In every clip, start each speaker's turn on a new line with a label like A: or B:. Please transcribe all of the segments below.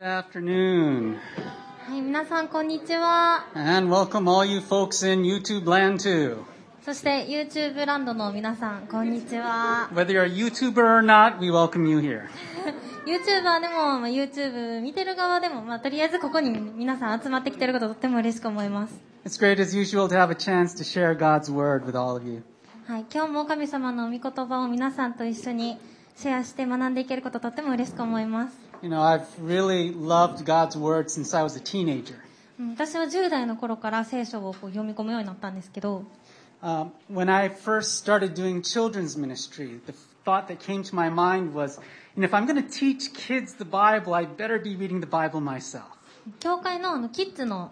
A: Good afternoon,
B: はい、皆さんこんにちは。
A: and welcome all you folks in YouTube land too.
B: そして YouTube ランドの皆さんこんにちは。
A: Whether you're a YouTuber or not, we welcome you here.
B: YouTuber でも、まあ YouTube 見てる側でも、まあ、とりあえずここに皆さん集まってきてることとっても嬉しく思います。
A: It's great as usual to have a chance to share God's word with all of you.
B: はい、今日も神様の御言葉を皆さんと一緒にシェアして学んでいけることとっても嬉しく思います。
A: You know, I've really loved God's word since I was a teenager.
B: うん私は10代の頃から聖書をこう読み込むようになったんですけど、
A: Um, when I first started doing children's ministry, the thought that came to my mind was, you know, if I'm going to teach kids the Bible, I better be reading the Bible myself.
B: 教会のあのキッズの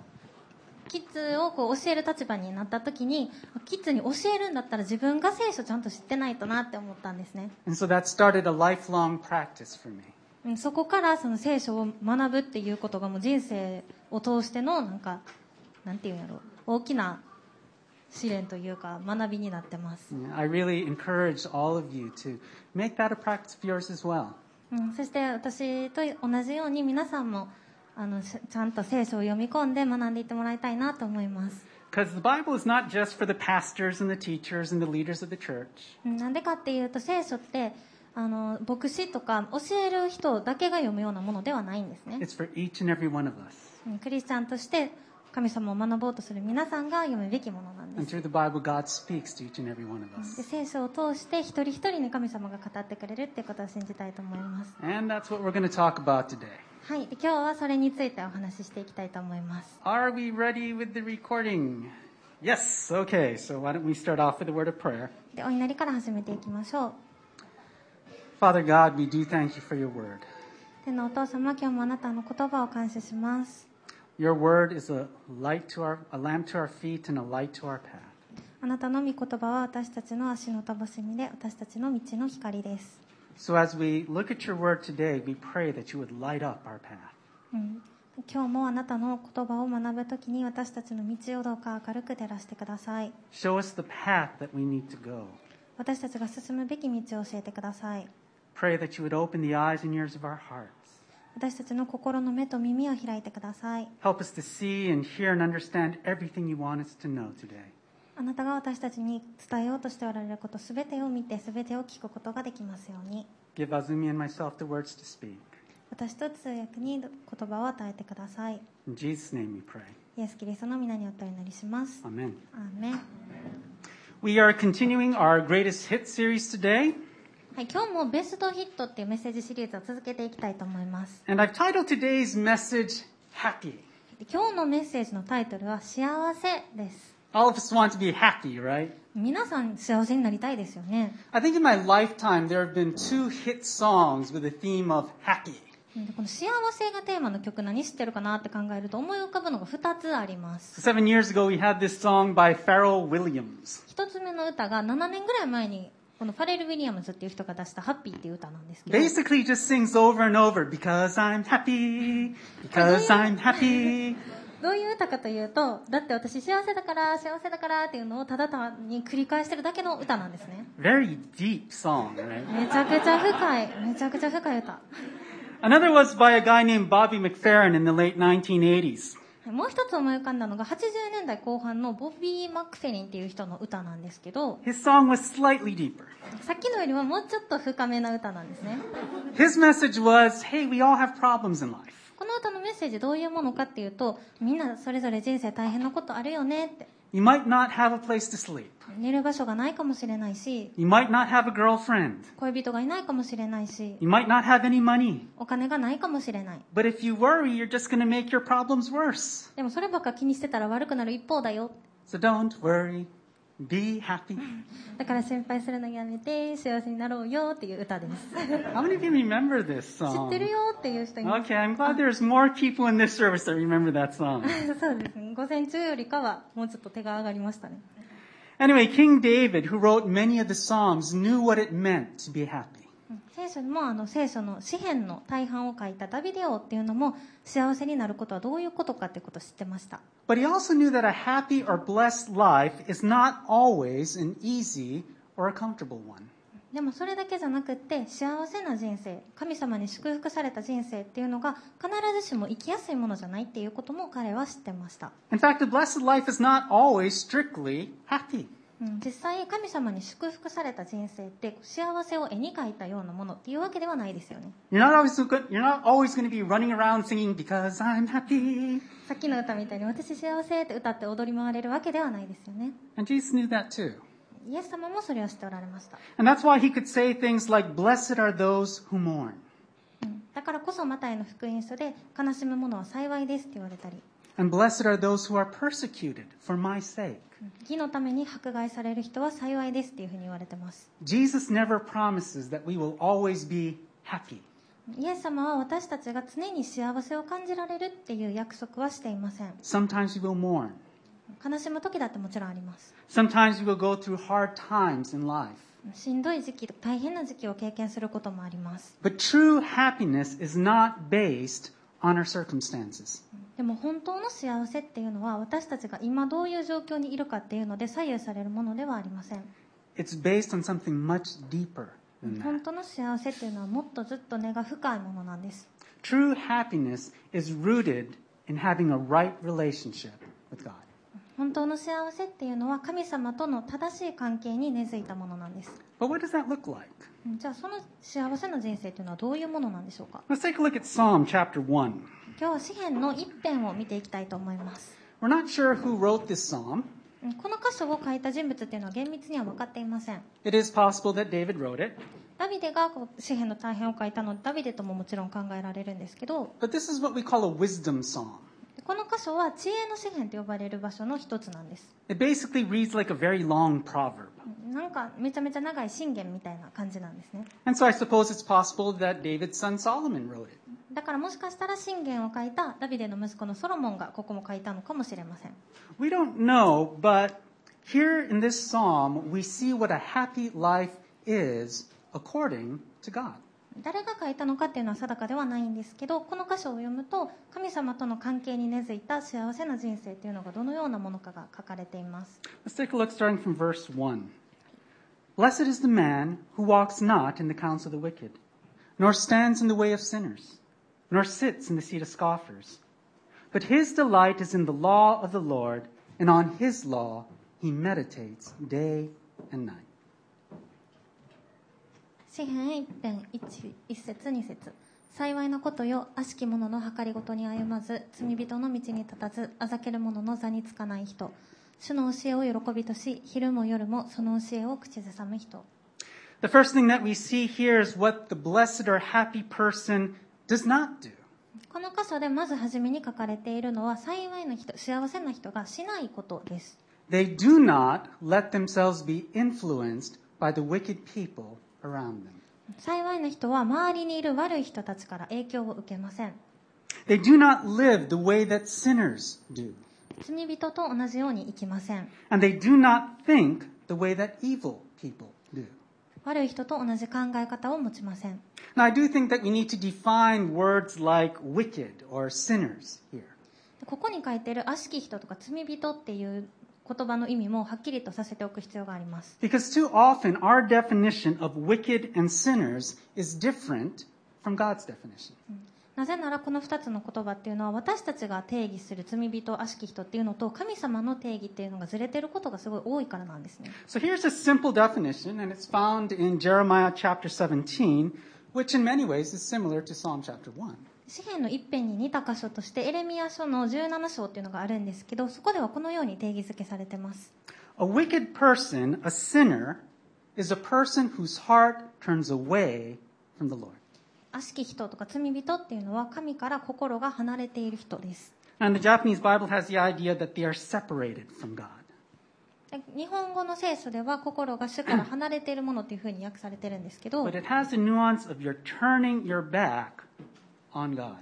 B: キッズをこう教える立場になった時にキッズに教えるんだったら自分が聖書ちゃんと知ってないとなって思ったんですね
A: And so that started a lifelong practice for me.
B: うんそこからその聖書を学ぶっていうことがもう人生を通してのなんかなんていうんやろう大きな試練というか学びになってます、
A: Yeah, I really encourage all of you to make that a practice of yours as well.
B: うん、そして私と同じように皆さんもあのしちゃんと聖書を読み込んで学んでいってもらいたいなと思います
A: Because the Bible is not just for the pastors and the teachers and the leaders of the church.
B: うんなんでかっていうと聖書ってあの牧師とか教える人だけが読むようなものではないんですね
A: It's for each and every one of us.
B: うんクリスチャンとして神様を学ぼうとする皆さんが読むべきものなんで
A: And
B: す
A: through the Bible, God speaks to each and every one of
B: で
A: us.
B: 聖書を通して一人一人に神様が語ってくれるってことを信じたいと思います
A: And that's what we're going to talk about today.
B: はいで今日はそれについてお話ししていきたいと思います
A: Are we ready with the recording? Yes. Okay. So why don't we start off with a word of prayer?
B: でお祈りから始めていきましょう
A: Father God, we do thank you for your word.
B: 天のお父様今日もあなたの言葉を感謝します
A: Your word is a light to our, a lamp to our feet and a light to our path.
B: あなたの御言葉は私たちの足のたぼしみで私たちの道の光です
A: So as we look at your word today, we pray that you would light up our path.
B: うん今日もあなたの言葉を学ぶときに私たちの道をどうか明るく照らしてください
A: Show us the path that we need to go.
B: 私たちが進むべき道を教えてください
A: Pray that you would open the eyes and ears of our hearts.
B: 私たちの心の目と耳を開いてください
A: Help us to see and hear and understand everything you want us to know today.
B: あなたが私たちに伝えようとしておられることすべてを見てすべてを聞くことができますように
A: Give Azumi and myself the words to speak.
B: 私と通訳に言葉を与えてください
A: In Jesus' name we pray.
B: イエス・キリストの皆によってお祈りします
A: Amen.
B: アーメン
A: We are continuing our greatest hit series today,
B: はい、今日もベストヒットっていうメッセージシリーズを続けていきたいと思います
A: and I've titled today's message Happy.
B: で今日のメッセージのタイトルは「幸せ」です。
A: All of us want to be happy, right?
B: 皆さん幸せになりたいですよね。
A: I think in my lifetime there have been two hit songs with the theme of happy.
B: でこの幸せがテーマの曲何知ってるかなって考えると思い浮かぶのが2つあります。
A: Seven years ago we had this song by Pharrell Williams.
B: 1つ目の歌が7年ぐらい前にこのファレル・ウィリアムズっていう人が出した「ハッピー」っていう歌なんですけど
A: basically just sings over and over because I'm happy, because I'm happy.
B: どういう歌かというとだって私幸せだから幸せだからっていうのをただ単に繰り返してるだけの歌なんですね。
A: Very deep song, right?
B: めちゃくちゃ深いめちゃくちゃ深い歌。
A: Another was by a guy named Bobby McFerrin in the late 1980s.
B: もう一つ思い浮かんだのが80年代後半のボビー・マクフェリンっていう人の歌なんですけど
A: His song was slightly deeper.
B: さっきのよりはもうちょっと深めな歌なんですね
A: His message was, hey, we all have problems in life.
B: この歌のメッセージどういうものかっていうとみんなそれぞれ人生大変なことあるよねって
A: You might not have a place to sleep.
B: 寝る場所がないかもしれないし
A: You might not have a girlfriend.
B: 恋人がいないかもしれないし
A: You might not have any money.
B: お金がないかもしれない
A: But if you worry, you're just going to make your problems worse.
B: でもそればっか気にしてたら悪くなる一方だよ
A: So don't worry. Be happy.
B: だから心配するのやめて幸せになろうよっていう歌です
A: How many of you remember this
B: 知
A: song?
B: ってるよっていう人います
A: Okay, I'm glad there's more people in this service that remember that song.
B: そうですね午前中よりかはもうちょっと手が上がりましたね
A: Anyway, King David, who wrote many of the Psalms, knew what it meant to be happy.
B: 聖書にもあの聖書の詩篇の大半を書いたダビデオっていうのも幸せになることはどういうことかってことを知ってました
A: But he also knew that a happy or blessed life is not always an easy or a comfortable one.
B: でもそれだけじゃなくって幸せな人生神様に祝福された人生っていうのが必ずしも生きやすいものじゃないっていうことも彼は知ってました、
A: In fact, a blessed life is not always strictly happy.
B: うん、実際神様に祝福された人生って幸せを絵に描いたようなものっていうわけではないですよね
A: You're not always go- you're not always going to be running around singing because I'm happy.
B: さっきの歌みたいに「私幸せ」って歌って踊り回れるわけではないですよね
A: And Jesus knew that too.
B: イエス様もそれを知っておられました
A: And that's why he could say things like, Blessed are those who mourn.
B: うんだからこそマタイの福音書で「悲しむ者は幸いです」って言われたり
A: And blessed are those who are persecuted for my sake.
B: うん義のために迫害される人は幸いですっていうふうに言われてます
A: Jesus never promises that we will always be happy.
B: イエス様は私たちが常に幸せを感じられるっていう約束はしていません
A: Sometimes we will mourn.
B: 悲しむ時だってもちろんあります
A: Sometimes we will go through hard times in life.
B: しんどい時期大変な時期を経験することもあります
A: But true happiness is not based on our circumstances.
B: でも本当の幸せっていうのは私たちが今どういう状況にいるかっていうので左右されるものではありません
A: It's based on something much deeper than
B: 本
A: that.
B: 当の幸せっていうのはもっとずっと根が深いものなんです
A: True happiness is rooted in having a right relationship with God.
B: 本当の幸せっていうのは神様との正しい関係に根付いたものなんです
A: But what does that look like?
B: うんじゃあその幸せな人生っていうのはどういうものなんでしょうか
A: Let's take a look at Psalm chapter 1.
B: 今日は詩篇の一編を見ていきたいと思います。
A: We're not sure who wrote this psalm.
B: うんこの箇所を書いた人物っていうのは厳密には分かっていません。
A: It is possible that David wrote it,
B: ダビデがこう詩篇の大変を書いたのでダビデとももちろん考えられるんですけど
A: but this is what we call a wisdom psalm.
B: この箇所は知恵の詩篇と呼ばれる場所の一つなんです。
A: It basically reads like a very long proverb.
B: うんなんかめちゃめちゃ長い信玄みたいな感じなんですね。
A: And so I suppose it's possible that David's son Solomon wrote it.
B: だからもしかしたら信玄を書いたダビデの息子のソロモンがここも書いたのかもしれません。
A: We don't know, but here in this psalm, we see what a happy life is according to God.
B: 誰が書いたのかっていうのは定かではないんですけどこの箇所を読むと神様との関係に根付いた幸せな人生っていうのがどのようなものかが書かれています
A: Let's take a look starting from verse 1. Blessed is the man who walks not in the counsel of the wicked, nor stands in the way of sinners, nor sits in the seat of scoffers. But his delight is in the law of the Lord, and on his law he meditates day and night.
B: 詩篇一編一一節二節幸いなことよ悪しき者の計りごとに歩まず罪人の道に立たずあざける者の座につかない人主の教えを喜びとし昼も夜もその教えを口ずさむ人
A: The first thing that we see here is what the blessed or happy person does not do.
B: この箇所でまず初めに書かれているのは幸いな人幸せな人がしないことです
A: They do not let themselves be influenced by the wicked people around them.
B: 幸いな人は周りにいる悪い人たちから影響を受けません
A: They do not live the way that sinners do,
B: 罪人と同じように生きません
A: and they do not think the way that evil people do.
B: 悪い人と同じ考え方を持ちません
A: Now, I do think that we need to define words like wicked or sinners here.
B: ここに書いている「悪しき人」とか「罪人」っていう言葉の意味もはっきりとさせておく必要があります
A: Because too often our definition of wicked and sinners is different from God's definition.
B: なぜならこの2つの言葉っていうのは私たちが定義する罪人悪しき人っていうのと神様の定義っていうのがずれてることがすごい多いからなんですね
A: So here's a simple definition, and it's found in Jeremiah chapter 17, which in many ways is similar to Psalm chapter 1.
B: 詩篇の一辺に似た箇所としてエレミア書の17章っていうのがあるんですけどそこではこのように定義づけされてます
A: A wicked person, a sinner, is a person whose heart turns away from the Lord.
B: 悪しき人とか罪人っていうのは神から心が離れている人です。
A: And the Japanese Bible has the idea that they are separated from God.
B: で日本語の聖書では心が主から離れているものっていうふうに訳されてるんですけど、
A: But
B: で
A: it has the nuance of you're turning your back on God.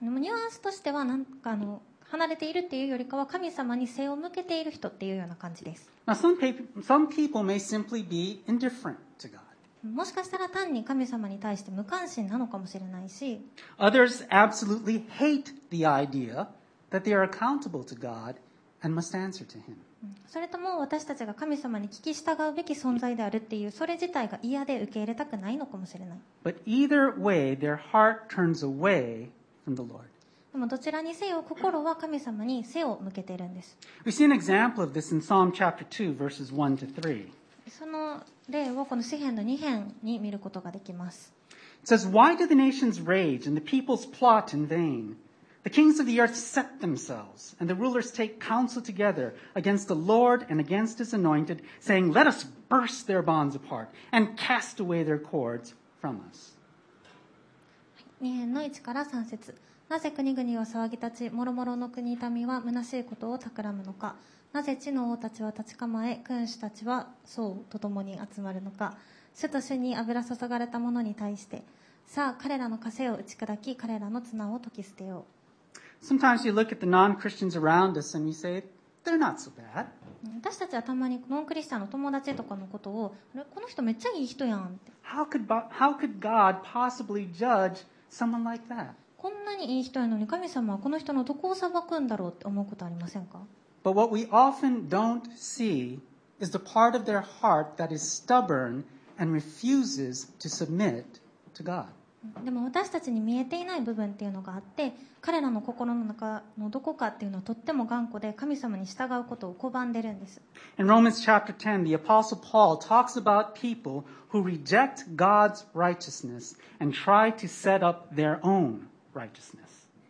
B: もニュアンスとしてはなんかあの離れているっていうよりかは神様に背を向けている人っていうような感じです。
A: Now, some, pe- some people may simply be indifferent to God.
B: もしかしたら単に神様に対して無関心なのかもしれないし、
A: Others absolutely hate the idea that they are accountable to God and must answer to Him.
B: それとも私たちが神様に聞き従うべき存在であるっていうそれ自体が嫌で受け入れたくないのかもしれない
A: But either way, their heart turns away from the Lord.
B: でもどちらにせよ心は神様に背を向けているんです
A: We see an example of this in Psalm chapter 2, verses 1 to 3.
B: その例をこの詩篇の2編に見ることができます
A: It says, Why do the nations rage and the peoples plot in vain? The kings of the earth set themselves, and the rulers take counsel together against the Lord and against his anointed, saying, Let us burst their bonds apart and cast away their cords from us.
B: 2編の1から3節なぜ国々は騒ぎ立ち諸々の国民は虚しいことを企むのかなぜ地の王たちは立ち構え君主たちは僧と共に集まるのか主と主に油注がれた者に対してさあ彼らの枷を打ち砕き彼らの綱を解き捨てよ
A: Sometimes you look at the non Christians around us and you say, They're not so bad.
B: う私たちはたまにノンクリスチャンの友達とかのことをあれこの人めっちゃいい人やんって
A: How could, Bo- how could God possibly judge someone like that?
B: こんなにいい人やのに神様はこの人のどこを裁くんだろうって思うことありませんか
A: But what we often don't see is the part of their heart that is stubborn and refuses to submit to God.
B: でも私たちに見えていない部分っていうのがあって彼らの心の中のどこかっていうのはとっても頑固で神様に従うことを拒んでるんです
A: In Romans chapter 10, the Apostle Paul talks about people who reject God's righteousness and try to set up their own righteousness.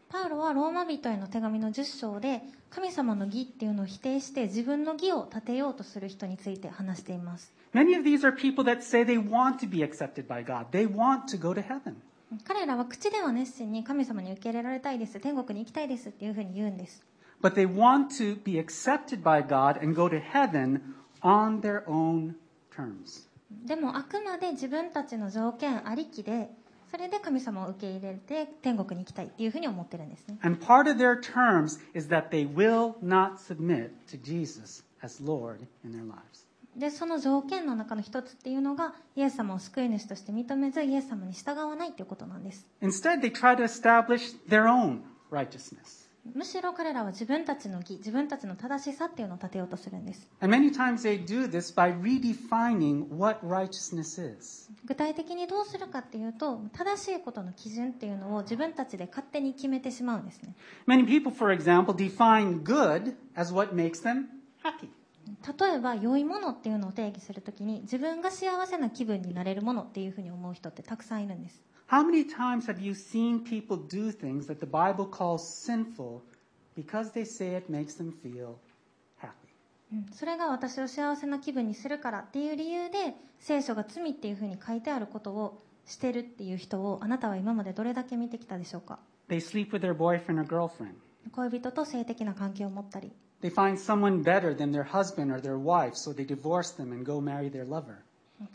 B: パウロはローマ人への手紙の10章で神様の義っていうのを否定して自分の義を立てようとする人について話しています
A: Many of these are people that say they want to be accepted by God, they want to go to heaven.
B: 彼らは口では熱心に神様に受け入れられたいです天国に行きたいですっていうふうに言うんです
A: But they want to be accepted by God and go to heaven on their own terms.
B: でもあくまで自分たちの条件ありきでそれで神様を受け入れて天国に行きたいっていうふうに思ってるんですね
A: And part of their terms is that they will not submit to Jesus as Lord in their lives.
B: でその条件の中の一つっていうのがイエス様を救い主として認めずイエス様に従わないということなんです
A: Instead, they try to establish their own righteousness.
B: むしろ彼らは自分たちの義自分たちの正しさっていうのを立てようとするんです
A: And many times they do this by redefining what righteousness is.
B: 具体的にどうするかっていうと正しいことの基準っていうのを自分たちで勝手に決めてしまうんですね
A: Many people, for example, define good as what makes them happy.
B: 例えば良いものっていうのを定義するときに自分が幸せな気分になれるものっていうふうに思う人ってたくさんいるんです
A: How many times have you seen people do things that the Bible calls sinful because they say it makes them feel happy?
B: うんそれが私を幸せな気分にするからっていう理由で聖書が罪っていうふうに書いてあることをしてるっていう人をあなたは今までどれだけ見てきたでしょうか
A: They sleep with their boyfriend or girlfriend.
B: 恋人と性的な関係を持ったり
A: They find someone better than their husband or their wife, so they divorce them and go marry their lover.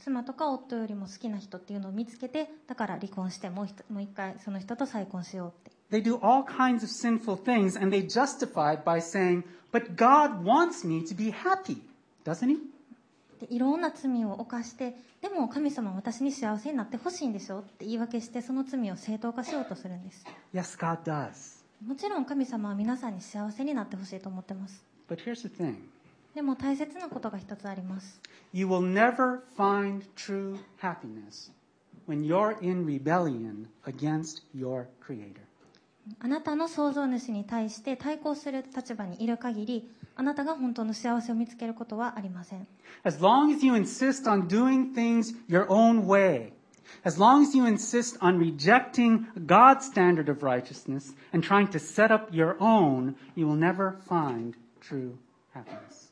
B: 妻とか夫よりも好きな人っていうのを見つけてだから離婚してもうひともう一回その人と再婚しようって
A: They do all kinds of sinful things and they justify it by saying, But God wants me to be happy, doesn't He?
B: でいろんな罪を犯してでも神様は私に幸せになってほしいんでしょって言い訳してその罪を正当化しようとするんです
A: Yes, God does.
B: もちろん神様は皆さんに幸せになってほしいと思ってます
A: But here's the thing
B: でも大切なことが一つあります
A: you will never find true happiness when you're in rebellion against your Creator.
B: あなたの創造主に対して対抗する立場にいる限りあなたが本当の幸せを見つけることはありません
A: As long as you insist on doing things your own way, as long as you insist on rejecting God's standard of righteousness and trying to set up your own, you will never find true happiness.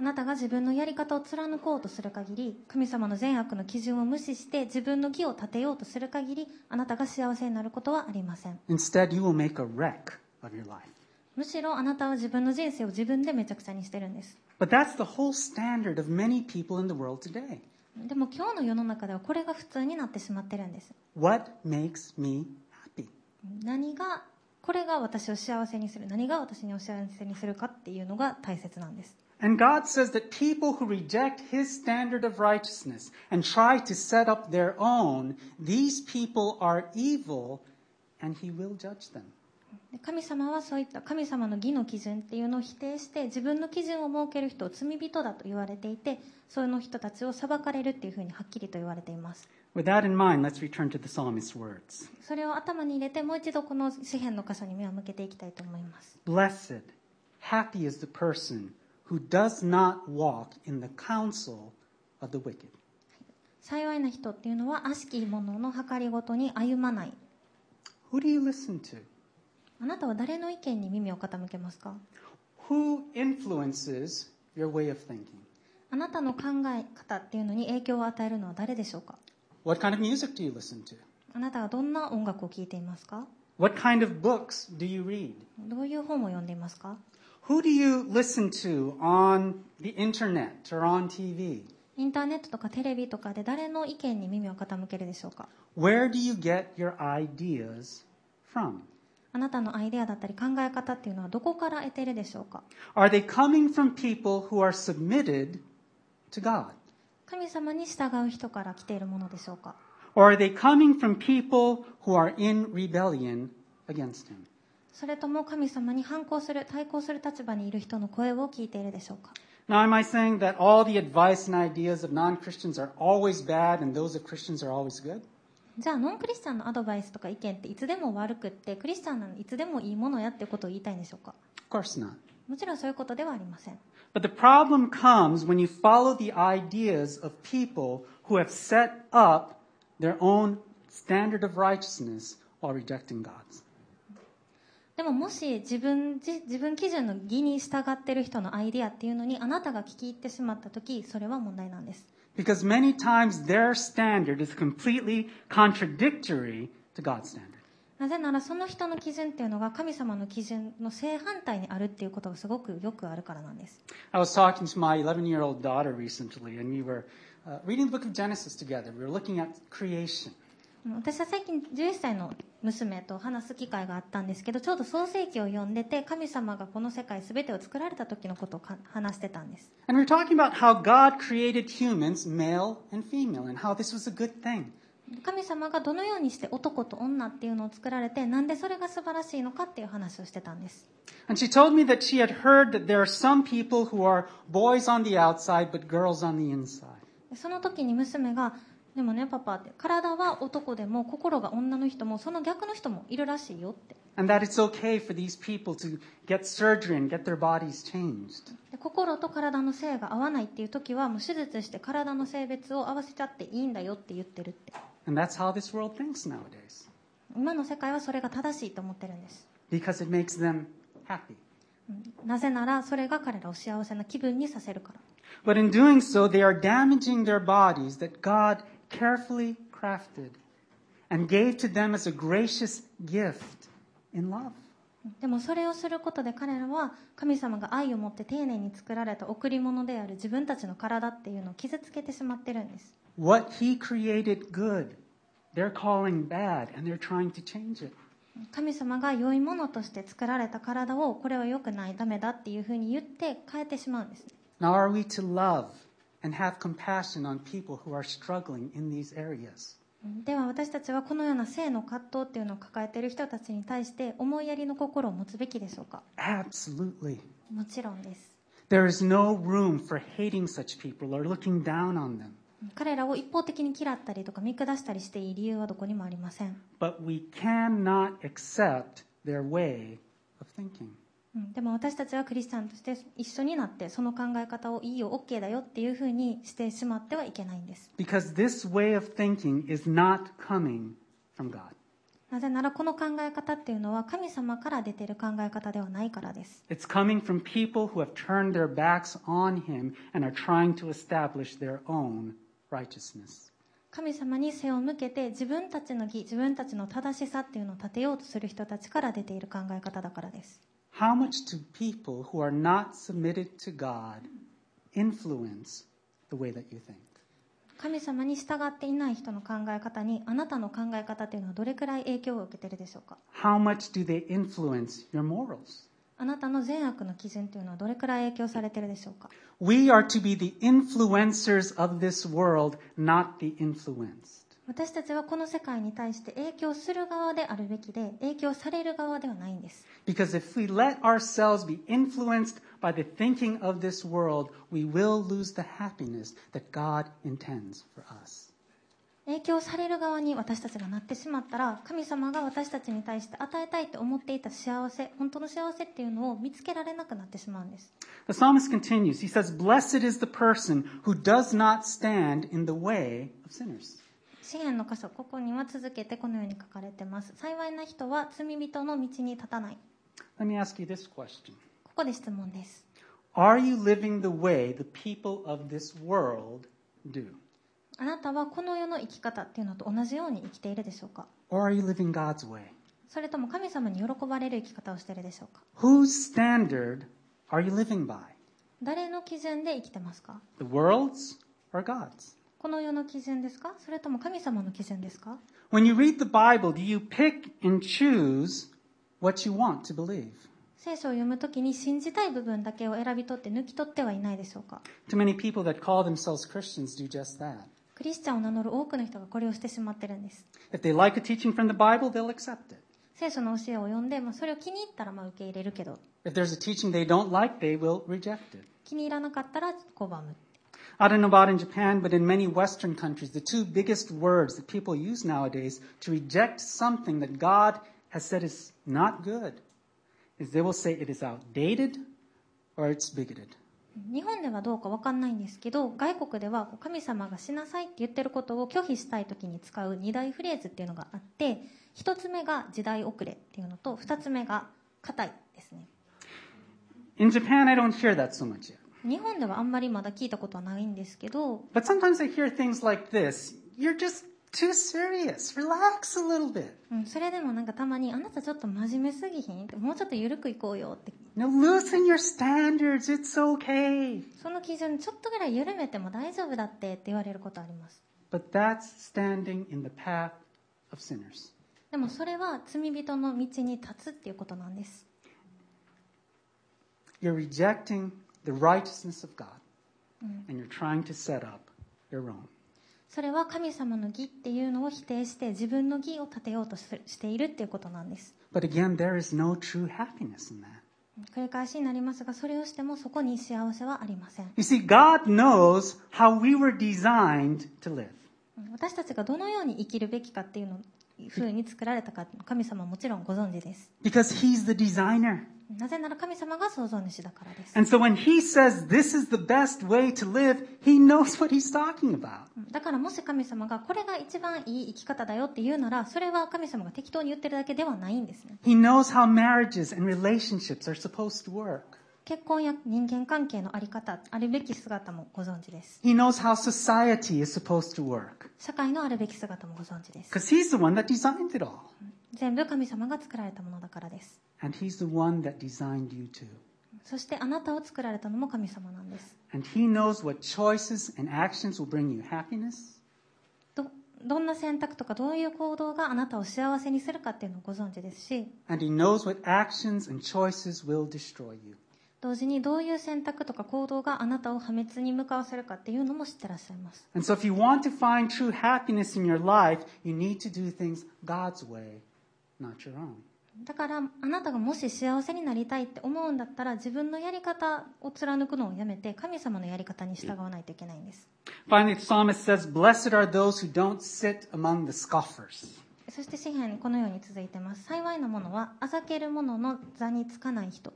B: あなたが自分のやり方を貫こうとする限り神様の善悪の基準を無視して自分の義を立てようとする限りあなたが幸せになることはありません
A: Instead, you will make a wreck of your life.
B: むしろあなたは自分の人生を自分でめちゃくちゃにしてるんです
A: But that's the whole standard of many people in the world today.
B: でも今日の世の中ではこれが普通になってしまってるんです
A: What makes me happy?
B: 何がこれが私を幸せにする何が私にお幸せにするかっていうのが大切なんです
A: And God says that people who reject His standard of righteousness and try to set up their own, these people are evil and He will judge them.
B: で神様はそういった神様の義の基準っていうのを否定して自分の基準を設ける人を罪人だと言われていてその人たちを裁かれるっていうふうにはっきりと言われています
A: With that in mind, let's return to the psalmist's words
B: それを頭に入れてもう一度この詩篇の箇所に目を向けていきたいと思います
A: Blessed, happy is the person who does not walk in the counsel of the wicked,
B: 幸いな人っていうのは悪しき者の計りごとに歩まない
A: Who do you listen to?
B: あなたは誰の意見に耳を傾けますか
A: Who influences your way of thinking?
B: あなたの考え方っていうのに影響を与えるのは誰でしょうか
A: What kind of music do you listen to?
B: あなたはどんな音楽を聴いていますか
A: What kind of books do you read?
B: どういう本を読んでいますか
A: Who do you listen to on the internet or on TV?
B: インターネットとかテレビとかで誰の意見に耳を傾けるでしょうか
A: Where do you get your ideas from?
B: あなたのアイデアだったり考え方っていうのはどこから得ているでしょうか
A: Are they coming from people who are submitted to God?
B: 神様に従う人から来ているものでしょうか
A: Or are they coming from people who are in rebellion against Him?
B: それとも神様に反抗する対抗する立場にいる人の声を聞いているでしょうか
A: Now, am I saying that all the advice and ideas of non Christians are always bad and those of Christians are always good?
B: じゃあノンクリスチャンのアドバイスとか意見っていつでも悪くってクリスチャンなのにいつでもいいものやってことを言いたいんでしょうか
A: Of course not.
B: もちろんそういうことではありません
A: But the problem comes when you follow the ideas of people who have set up their own standard of righteousness while rejecting God's.
B: でももし自分自自分基準の義に従ってる人のアイディアっていうのにあなたが聞き入ってしまった時それは問題なんです
A: Because many times their standard is completely contradictory to God's standard.
B: なぜならその人の基準っていうのが神様の基準の正反対にあるっていうことがすごくよくあるからなんです
A: I was talking to my 11 year old daughter recently, and we were uh, reading the book of Genesis together. We were looking at creation.
B: うん私は最近11歳の娘と話す機会があったんですけどちょうど創世記を読んでて神様がこの世界全てを作られた時のことをか話してたんです
A: And we were talking about how God created humans, male and female, and how this was a good thing.
B: 神様がどのようにして男と女っていうのを作られてなんでそれが素晴らしいのかっていう話をしてたんです
A: And she told me that she had heard that there are some people who are boys on the outside but girls on the inside.
B: でその時に娘が「でもねパパ」って「体は男でも心が女の人もその逆の人もいるらしいよ」って
A: And that it's okay for these people to get surgery and get their bodies changed.
B: で心と体の性が合わないっていう時はもう手術して体の性別を合わせちゃっていいんだよって言ってるって
A: And that's how this world thinks nowadays
B: 今の世界はそれが正しいと思ってるんです
A: because it makes them happy.
B: うんなぜならそれが彼らを幸せな気分にさせるから
A: But in doing so, they are damaging their bodies that God carefully crafted and gave to them as a gracious gift in love.
B: うんでもそれをすることで彼らは神様が愛を持って丁寧に作られた贈り物である自分たちの体っていうのを傷つけてしまってるんです
A: What He created good, they're calling bad and they're trying to change it.
B: 神様が良いものとして作られた体をこれは良くないダメだっていうふうに言って変えてしまうんですね
A: Now, are we to love and have compassion on people who are struggling in these areas?
B: では私たちはこのような性の葛藤っていうのを抱えている人たちに対して思いやりの心を持つべきでしょうか
A: Absolutely.
B: もちろんです
A: There is no room for hating such people or looking down on them.
B: 彼らを一方的に嫌ったりとか見下したりしていい理由はどこにもありません
A: But we cannot accept their way of thinking.
B: うんでも私たちはクリスチャンとして一緒になってその考え方をいいよ OK だよっていうふうにしてしまってはいけないんです
A: Because this way of thinking is not coming from God.
B: なぜならこの考え方っていうのは神様から出ている考え方ではないからです
A: It's coming from people who have turned their backs on Him and are trying to establish their own righteousness.
B: 神様に背を向けて自分たちの義自分たちの正しさっていうのを立てようとする人たちから出ている考え方だからです
A: How much do people who are not submitted to God influence the way that you think?
B: 神様に従っていない人の考え方にあなたの考え方というのはどれくらい影響を受けているでしょうか
A: How much do they influence your morals?
B: あなたの善悪の基準というのはどれくらい影響されているでしょうか
A: We are to be the influencers of this world, not the influenced.
B: 私たちはこの世界に対して影響する側であるべきで影響される側ではないんです
A: Because if we let ourselves be influenced by the thinking of this world, we will lose the happiness that God intends for us.
B: 影響される側に私たちがなってしまったら神様が私たちに対して与えたいと思っていた幸せ本当の幸せっていうのを見つけられなくなってしまうんです
A: The psalmist continues. He says, Blessed is the person who does not stand in the way of sinners.
B: 詩篇の箇所ここには続けてこのように書かれてます幸いな人は罪人の道に立たない
A: Let me ask you this question
B: ここで質問です
A: Are you living the way the people of this world do?
B: あなたはこの世の生き方っていうのと同じように生きているでしょうか
A: Or are you living God's way?
B: それとも神様に喜ばれる生き方をしているでしょうか
A: Whose standard are you living by?
B: 誰の基準で生きてますか
A: The world's or God's?
B: この世の基準ですかそれとも神様の基準ですか
A: When you read the Bible, do you pick and choose what you want to believe?
B: 聖書を読むときに信じたい部分だけを選び取って抜き取ってはいないでしょうか
A: Too many people that call themselves Christians do just that.
B: クリスチャンを名乗る多くの人がこれをしてしまってるんです
A: If they like a teaching from the Bible, they'll accept it.
B: 聖書の教えを読んで、まあ、それを気に入ったらまあ受け入れるけど
A: If there's a teaching they don't like, they will reject it.
B: 気に入らなかったら拒む
A: I don't know about in Japan, but in many Western countries, the two biggest words that people use nowadays to reject something that God has said is not good is they will say it is outdated or it's bigoted.
B: 日本ではどうか分かんないんですけど外国ではこう神様がしなさいって言ってることを拒否したい時に使う二大フレーズっていうのがあって一つ目が時代遅れっていうのと二つ目が硬いですね
A: In Japan, I don't hear that so much yet.
B: 日本ではあんまりまだ聞いたことはないんですけど
A: But sometimes I hear things like this You're just too serious. Relax a little bit.
B: うん、それでもなんかたまに「あなたちょっと真面目すぎひん?」って「もうちょっと緩くいこうよ」って
A: Now loosen your standards. It's okay.
B: その基準ちょっとぐらい緩めても大丈夫だってって言われることあります
A: But that's standing in the path of sinners.
B: でもそれは罪人の道に立つっていうことなんです
A: You're rejecting the righteousness of God and you're trying to set up your own.
B: それは神様の義っていうのを否定して自分の義を立てようとするしているっていうことなんです
A: But again, there is no true happiness in that.
B: 繰り返しになりますがそれをしてもそこに幸せはありません
A: You see, God knows how we were designed to live.
B: うん私たちがどのように生きるべきかっていうのふうに作られたか神様はもちろんご存知です
A: Because He's the designer.
B: なぜなら神様が創造主だからです
A: And so when He says this is the best way to live, He knows what He's talking about.
B: うんだからもし神様がこれが一番いい生き方だよって言うならそれは神様が適当に言ってるだけではないんですね
A: He knows how marriages and relationships are supposed to work.
B: 結婚や人間関係のあり方あるべき姿もご存知です
A: He knows how society is supposed to work.
B: 社会のあるべき姿もご存知です
A: Because He's the one that designed it all.
B: 全部神様が作られたものだからです
A: And He's the one that designed you too.
B: そしてあなたを作られたのも神様なんです
A: And He knows what choices and actions will bring you happiness
B: どどんな選択とかどういう行動があなたを幸せにするかっていうのをご存知ですし
A: And he knows what actions and choices will destroy you.
B: 同時にどういう選択とか行動があなたを破滅に向かわせるかっていうのも知ってらっしゃいます
A: And so, if you want to find true happiness in your life, you need to do things God's way, not your own.
B: だからあなたがもし幸せになりたいって思うんだったら自分のやり方を貫くのをやめて神様のやり方に従わないといけないんです
A: Finally, the psalmist says, Blessed are those who don't sit among the scoffers.
B: そして詩篇このように続いてます幸いなものはあざける者の座につかない人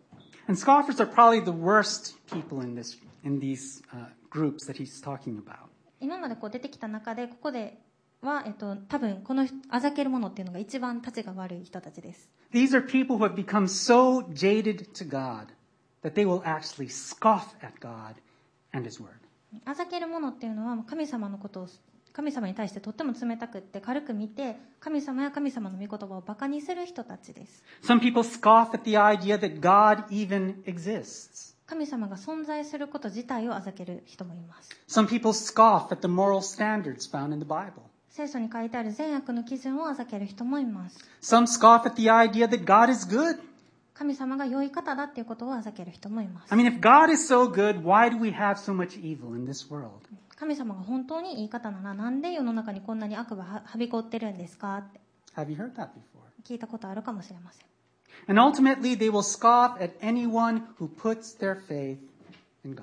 A: And scoffers are probably the worst people in, this, in these uh, groups that he's talking about.
B: 今までこう出てきた中でここでは、えっと、多分この人あざける者っていうのが一番たちが悪い人たちです
A: These are people who have become so jaded to God that they will actually scoff at God and his word.
B: あざける者っていうのは神様のことを神様に対してとっても冷たくって軽く見て神様や神様の御言葉をバカにする人たちです
A: Some people scoff at the idea that God even exists.
B: 神様が存在すること自体をあざける人もいます
A: Some people scoff at the moral standards found in the Bible.
B: 聖書に書いてある善悪の基準をあざける人もいます
A: Some scoff at the idea that God is good.
B: 神様が良い方だっていうことをあざける人もいます
A: I mean, if God is so good, why do we have so much evil in this world?
B: 神様が本当にいい方ならなんで世の中にこんなに悪がははびこってるんですかって
A: Have you heard that before?
B: 聞いたことあるかもしれません
A: And ultimately, they will scoff at anyone who puts their faith in God.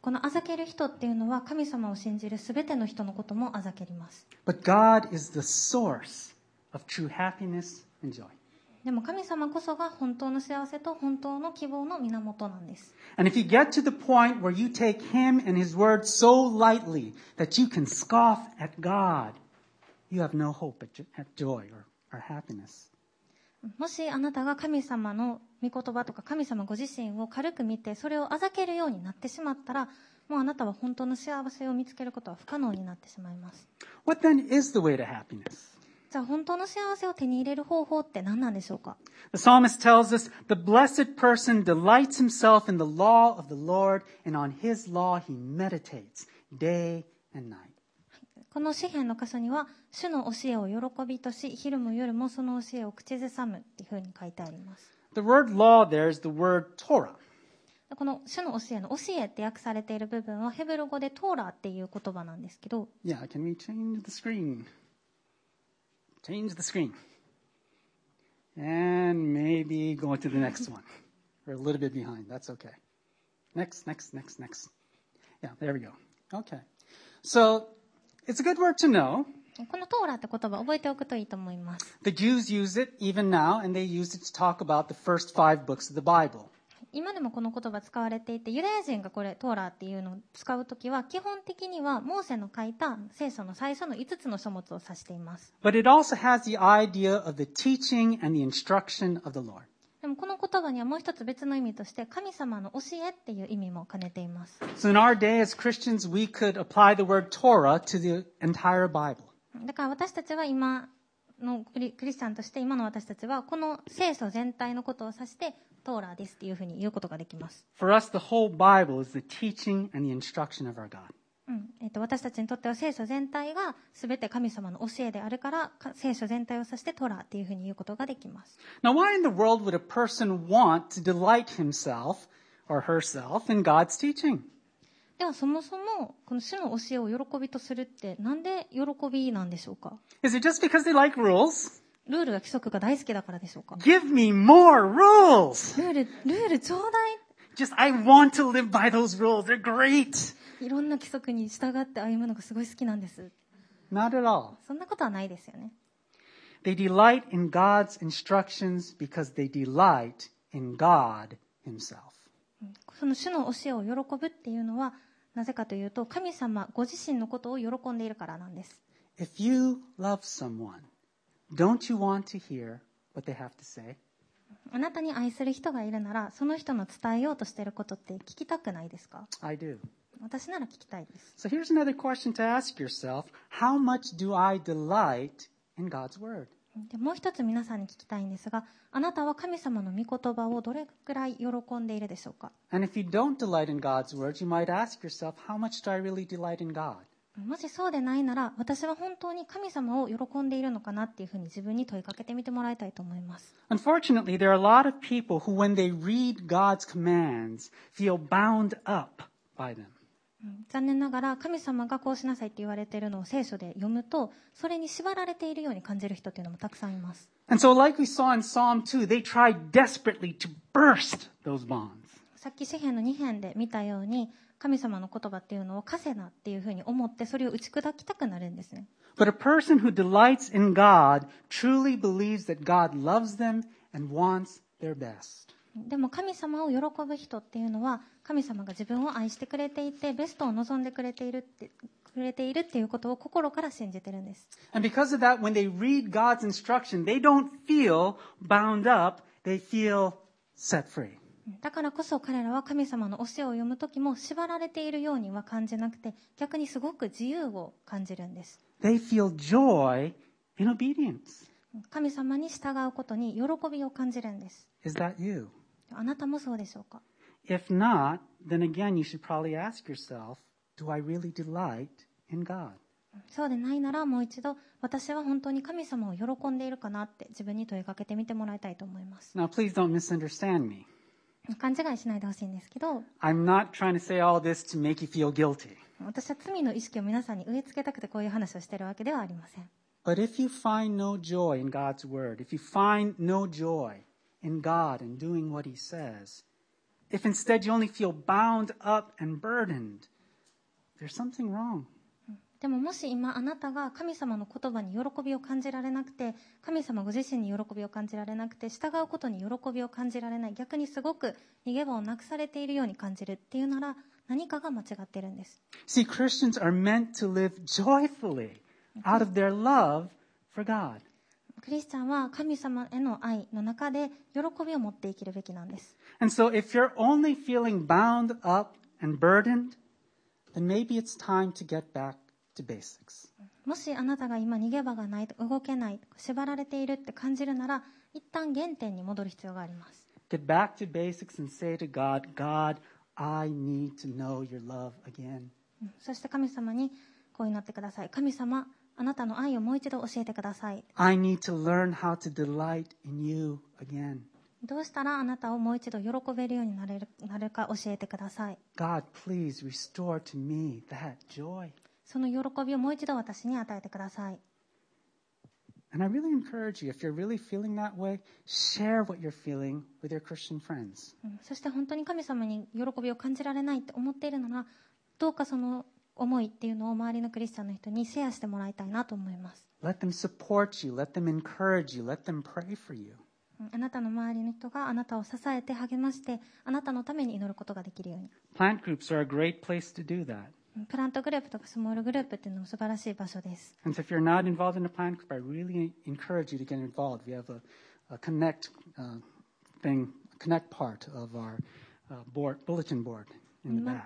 B: このあざける人っていうのは神様を信じる全ての人のこともあざけります
A: But God is the source of true happiness and joy.
B: でも神様こそが本当の幸せと本当の希望の源なんです
A: And if you get to the point where you take Him and His Word so lightly that you can scoff at God, you have no hope at, jo- at joy or, or happiness.
B: もしあなたが神様の御言葉とか神様ご自身を軽く見てそれをあざけるようになってしまったらもうあなたは本当の幸せを見つけることは不可能になってしまいます
A: What then is the way to happiness?
B: じゃあ本当の幸せを手に入れる方法って何なんでしょうか
A: The psalmist tells us the blessed person delights himself in the law of the Lord, and on his law he meditates day and night.
B: この詩篇の箇所には「主の教えを喜びとし昼も夜もその教えを口ずさむ」っていうふうに書いてあります
A: The word law there is the word Torah.
B: この「主の教え」の「教え」って訳されている部分はヘブル語で「トーラ」っていう言葉なんですけど
A: Yeah, can we change the screen? Change the screen. And maybe go to the next one. We're a little bit behind. That's okay. Next, next, next, next. Yeah, there we go. Okay. So it's a good word to know.
B: この「トーラ」って言葉覚えておくといいと思います
A: The Jews use it even now, and they use it to talk about the first five books of the Bible.
B: 今でもこの言葉使われていてユダヤ人がこれ「トーラ」っていうのを使う時は基本的にはモーセの書いた聖書の最初の5つの書物を指しています
A: But it also has the idea of the teaching and the instruction of the Lord.
B: でもこの言葉にはもう一つ別の意味として神様の教えっていう意味も兼ねています
A: So in our day as Christians, we could apply the word Torah to the entire Bible.
B: だから私たちは今のクリクリスチャンとして今の私たちはこの聖書全体のことを指してトーラーですっていうふうに言うことができます、
A: For us, the whole Bible is the teaching and the instruction of our God.
B: うんえっと私たちにとっては聖書全体が全て神様の教えであるからか聖書全体を指してトーラーっていうふうに言うことができます
A: Now, why in the world would a person want to delight himself or herself in God's teaching?
B: ではそもそもこの主の教えを喜びとするってなんで喜びなんでしょうか
A: Is it just because they like rules?
B: ルールや規則が大好きだからでしょうか
A: Give me more rules!
B: ルールルールちょうだ
A: Just, I want to live by those rules. They're great!
B: いいろんな規則に従って歩むのがすごい好きなんです
A: Not at all.
B: そんなことはないですよね
A: They delight in God's instructions because they delight in God Himself.
B: その主の教えを喜ぶっていうのはなぜかというと神様ご自身のことを喜んでいるからなんです
A: If you love someone, don't you want to hear what they have to say?
B: あなたに愛する人がいるならその人の伝えようとしていることって聞きたくないですか
A: I do.
B: 私なら聞きたいです
A: So here's another question to ask yourself How much do I delight in God's Word?
B: でもう一つ皆さんに聞きたいんですがあなたは神様の御言葉をどれくらい喜んでいるでしょうか
A: And if you don't delight in God's Word, you might ask yourself, How much do I really delight in God?
B: もしそうでないなら私は本当に神様を喜んでいるのかなっていうふうに自分に問いかけてみてもらいたいと思います
A: Unfortunately, there are a lot of people who, when they read God's commands, feel bound up by them.
B: 残念ながら神様がこうしなさいって言われているのを聖書で読むとそれに縛られているように感じる人っていうのもたくさんいます
A: And so, like we saw in Psalm 2, they try desperately to burst those bonds.
B: さっき詩篇の2編で見たように神様の言葉っていうのをカセナっていうふうに思ってそれを打ち砕きたくなるんですね
A: But a person who delights in God truly believes that God loves them and wants their best.
B: でも神様を喜ぶ人っていうのは神様が自分を愛してくれていてベストを望んでくれているってくれているっていうことを心から信じてるんです
A: And because of that, when they read God's instruction, they don't feel bound up, they feel set free.
B: だからこそ彼らは神様の教えを読む時も縛られているようには感じなくて逆にすごく自由を感じるんです
A: They feel joy in obedience.
B: 神様に従うことに喜びを感じるんです
A: Is that you?
B: あなたもそうでしょうか
A: If not, then again, you should probably ask yourself, do I really delight in God?
B: そうでないならもう一度私は本当に神様を喜んでいるかなって自分に問いかけてみてもらいたいと思います
A: Now, please don't misunderstand me.
B: 勘違いしないでほしいんですけど
A: I'm not trying to say all this to make you feel guilty.
B: 私は罪の意識を皆さんに植え付けたくてこういう話をしてるわけではありません
A: But if you find no joy in God's word, if you find no joy in God and doing what he says, if instead you only feel bound up and burdened, there's something wrong.
B: でももし今あなたが神様の言葉に喜びを感じられなくて神様ご自身に喜びを感じられなくて従うことに喜びを感じられない逆にすごく逃げ場をなくされているように感じるっていうなら何かが間違ってるんです
A: See, Christians are meant to live joyfully out of their love for God.
B: クリスチャンは神様への愛の中で喜びを持って生きるべきなんです
A: And so if you're only feeling bound up and burdened, then maybe it's time to get back to basics.
B: もしあなたが今逃げ場がないと動けない縛られているって感じるなら一旦原点に戻る必要があります
A: Get back to basics and say to God, God, I need to know your love again.
B: うんそして神様にこう祈ってください神様あなたの愛をもう一度教えてください
A: I need to learn how to delight in you again.
B: どうしたらあなたをもう一度喜べるようになれるなるか教えてください
A: God, please restore to me that joy.
B: その喜びをもう一度私に与えてください
A: And I really encourage you, if you're really feeling that way, share what you're feeling with your Christian friends.
B: うんそして本当に神様に喜びを感じられないって思っているならどうかその思いっていうのを周りのクリスチャンの人にシェアしてもらいたいなと思います
A: Let them support you, let them encourage you, let them pray for you.
B: うんあなたの周りの人があなたを支えて励ましてあなたのために祈ることができるように
A: Plant groups are a great place to do that.
B: うんプラントグループとかスモールグループっていうのも素晴らしい場所です
A: And so if you're not involved in a plant group, I really encourage you to get involved. We have a, a connect uh, thing, connect part of our uh, board, bulletin board in the
B: Mm.
A: back.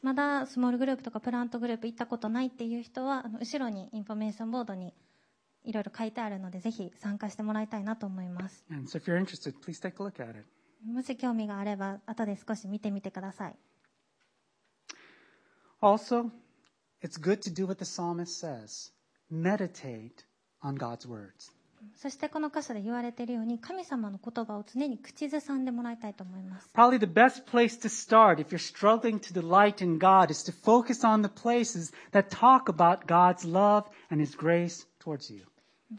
B: まだスモールグループとかプラントグループ行ったことないっていう人はあの後ろにインフォメーションボードにいろいろ書いてあるのでぜひ参加してもらいたいなと思います
A: And so if you're interested, please take a look at it.
B: もし興味があれば後で少し見てみてください
A: Also, it's good to do what the psalmist says meditate on God's words.
B: そしてこの箇所で言われているように神様の言葉を常に口ずさんでもらいたいと思います
A: Probably the best place to start if you're struggling to delight in God is to focus on the places that talk about God's love and His grace towards you.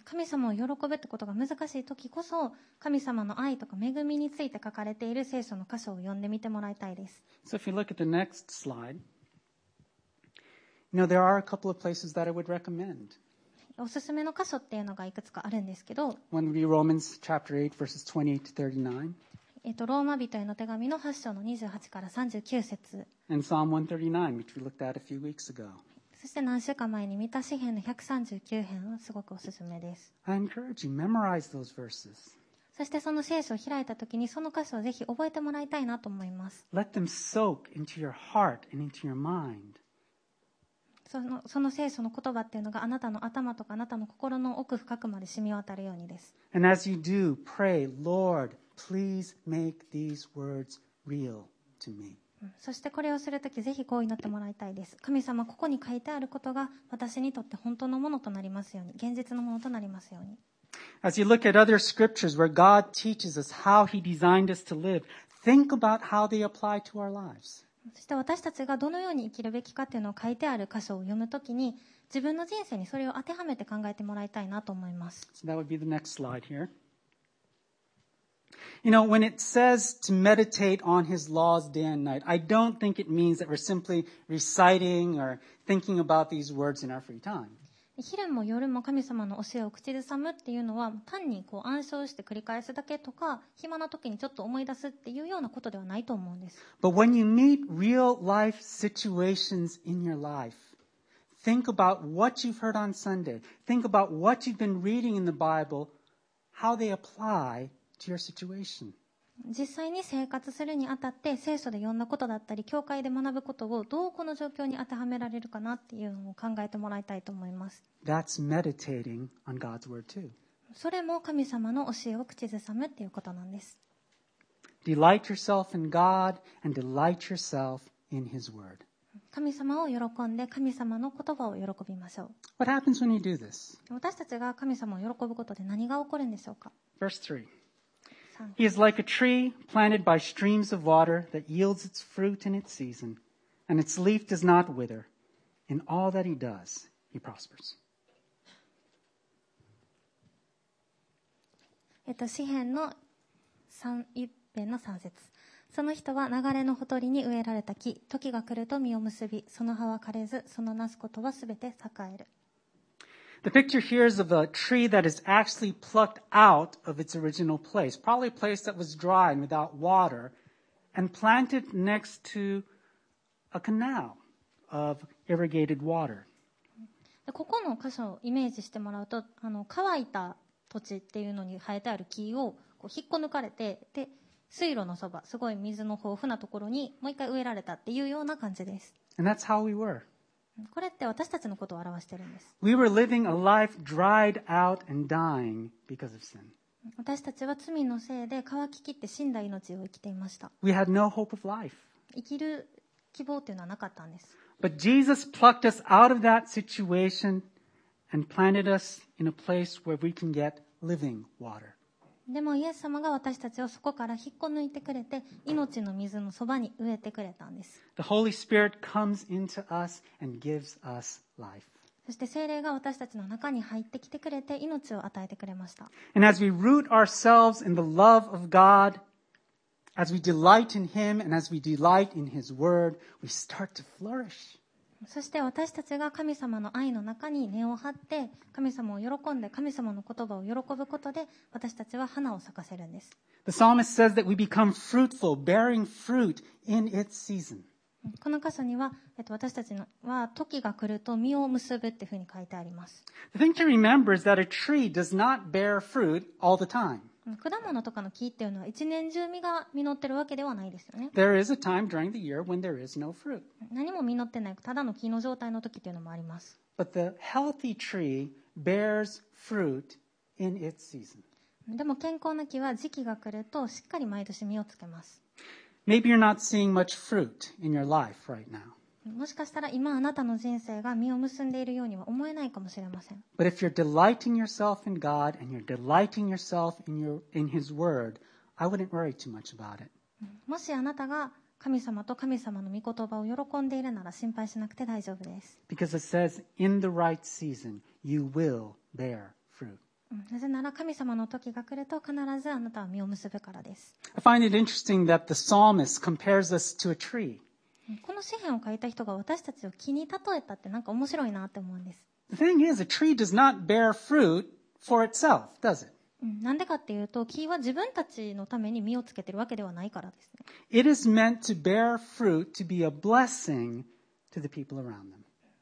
B: 神様を喜ぶってことが難しい時こそ神様の愛とか恵みについて書かれている聖書の箇所を読んでみてもらいたいです
A: So if you look at the next slide, you know, there are a couple of places that I would recommend.
B: おすすめの箇所っていうのがいくつかあるんですけど
A: One would be Romans chapter 8, verses 28 to 39,
B: えっとローマ人への手紙の8章の28から39節
A: and Psalm 139, which we looked at a few weeks ago.
B: そして何週間前に見た詩編の139編はすごくおすすめです
A: I encourage you, memorize those verses.
B: そしてその聖書を開いた時にその箇所をぜひ覚えてもらいたいなと思います
A: Let them soak into your heart and into your mind.
B: そのその聖書の言葉っていうのがあなたの頭とかあなたの心の奥深くまで染み渡るようにです
A: And as you do, pray, Lord, please make these words real to me.
B: うんそしてこれをする時ぜひこう祈ってもらいたいです神様ここに書いてあることが私にとって本当のものとなりますように現実のものとなりますように
A: As you look at other scriptures where God teaches us how he designed us to live, think about how they apply to our lives.
B: そして私たちがどのように生きるべきかっていうのを書いてある箇所を読むときに自分の人生にそれを当てはめて考えてもらいたいなと思います。
A: So that would be the next slide here. You know, when it says to meditate on his laws day and night, I don't think it means that we're simply reciting or thinking about these words in our free time.
B: 昼も夜も神様の教えを口ずさむっていうのは単にこう暗唱して繰り返すだけとか暇な時にちょっと思い出すっていうようなことではないと思うんです
A: But when you meet real life situations in your life, think about what you've heard on Sunday. Think about what you've been reading in the Bible, how they apply to your situation.
B: 実際に生活するにあたって聖書で読んだことだったり教会で学ぶことをどうこの状況に当てはめられるかなっていうのを考えてもらいたいと思います
A: That's meditating on God's word too.
B: それも神様の教えを口ずさむっていうことなんです
A: Delight yourself in God and delight yourself in his word.
B: 神様を喜んで神様の言葉を喜びましょ
A: What happens when you do this?
B: う私たちが神様を喜ぶことで何が起こるんでしょうか
A: Verse 3.
B: 3
A: He is like a tree planted by streams of water that yields its fruit in its season, and its leaf does not wither, In all that he does, he prospers.
B: えっと、詩篇の三一篇の三節その人は流れのほとりに植えられた木時が来ると実を結びその葉は枯れずそのなすことはすべて栄える
A: The picture here is of a tree that is actually plucked out of its original place, probably a place that was dry and without water, and planted next to a canal of irrigated water.
B: でここの箇所をイメージしてもらうとあの乾いた土地っていうのに生えてある木をこう引っこ抜かれてで水路のそばすごい水の豊富なところにもう一回植えられたっていうような感じです
A: And that's how we were.
B: これって私たちのことを表してるんです
A: We were living a life dried out and dying because of sin.
B: 私たちは罪のせいで乾ききって死んだ命を生きていました
A: We had no hope of life.
B: 生きる希望っていうのはなかったんです
A: But Jesus plucked us out of that situation and planted us in a place where we can get living water.
B: でもイエス様が私たちをそこから引っこ抜いてくれて命の水のそばに植えてくれたんです
A: The Holy Spirit comes into us and gives us life.
B: そして精霊が私たちの中に入ってきてくれて命を与えてくれました
A: And as we root ourselves in the love of God, as we delight in Him and as we delight in His Word, we start to flourish.
B: そして私たちが神様の愛の中に根を張って神様を喜んで神様の言葉を喜ぶことで私たちは花を咲かせるんです
A: The psalmist says that we become fruitful, bearing fruit in its season.
B: この箇所には、えっと、私たちのは時が来ると実を結ぶっていうふうに書いてあります
A: The thing to remember is that a tree does not bear fruit all the time.
B: 果物とかの木っていうのは一年中実が実ってるわけではないですよね
A: There is a time during the year when there is no fruit.
B: 何も実ってないただの木の状態の時っていうのもあります
A: But the healthy tree bears fruit in its season.
B: でも健康な木は時期が来るとしっかり毎年実をつけます
A: Maybe you're not seeing much fruit in your life right now.
B: もしかしたら今あなたの人生が実を結んでいるようには思えないかもしれません
A: But if you're delighting yourself in God and you're delighting yourself in, your, in His Word, I wouldn't worry too much about it.
B: もしあなたが神様と神様の御言葉を喜んでいるなら心配しなくて大丈夫です
A: Because it says, in the right season, you will bear fruit.
B: うんなぜなら神様の時が来ると必ずあなたは実を結ぶからです
A: I find it interesting that the psalmist compares us to a tree.
B: うんこの詩篇を書いた人が私たちを木に例えたってなんか面白いなって思うんです
A: The thing is, a tree does not bear fruit for itself, does it?
B: うんなんでかっていうと木は自分たちのために実をつけてるわけではないからですね
A: It is meant to bear fruit to be a blessing to the people around them.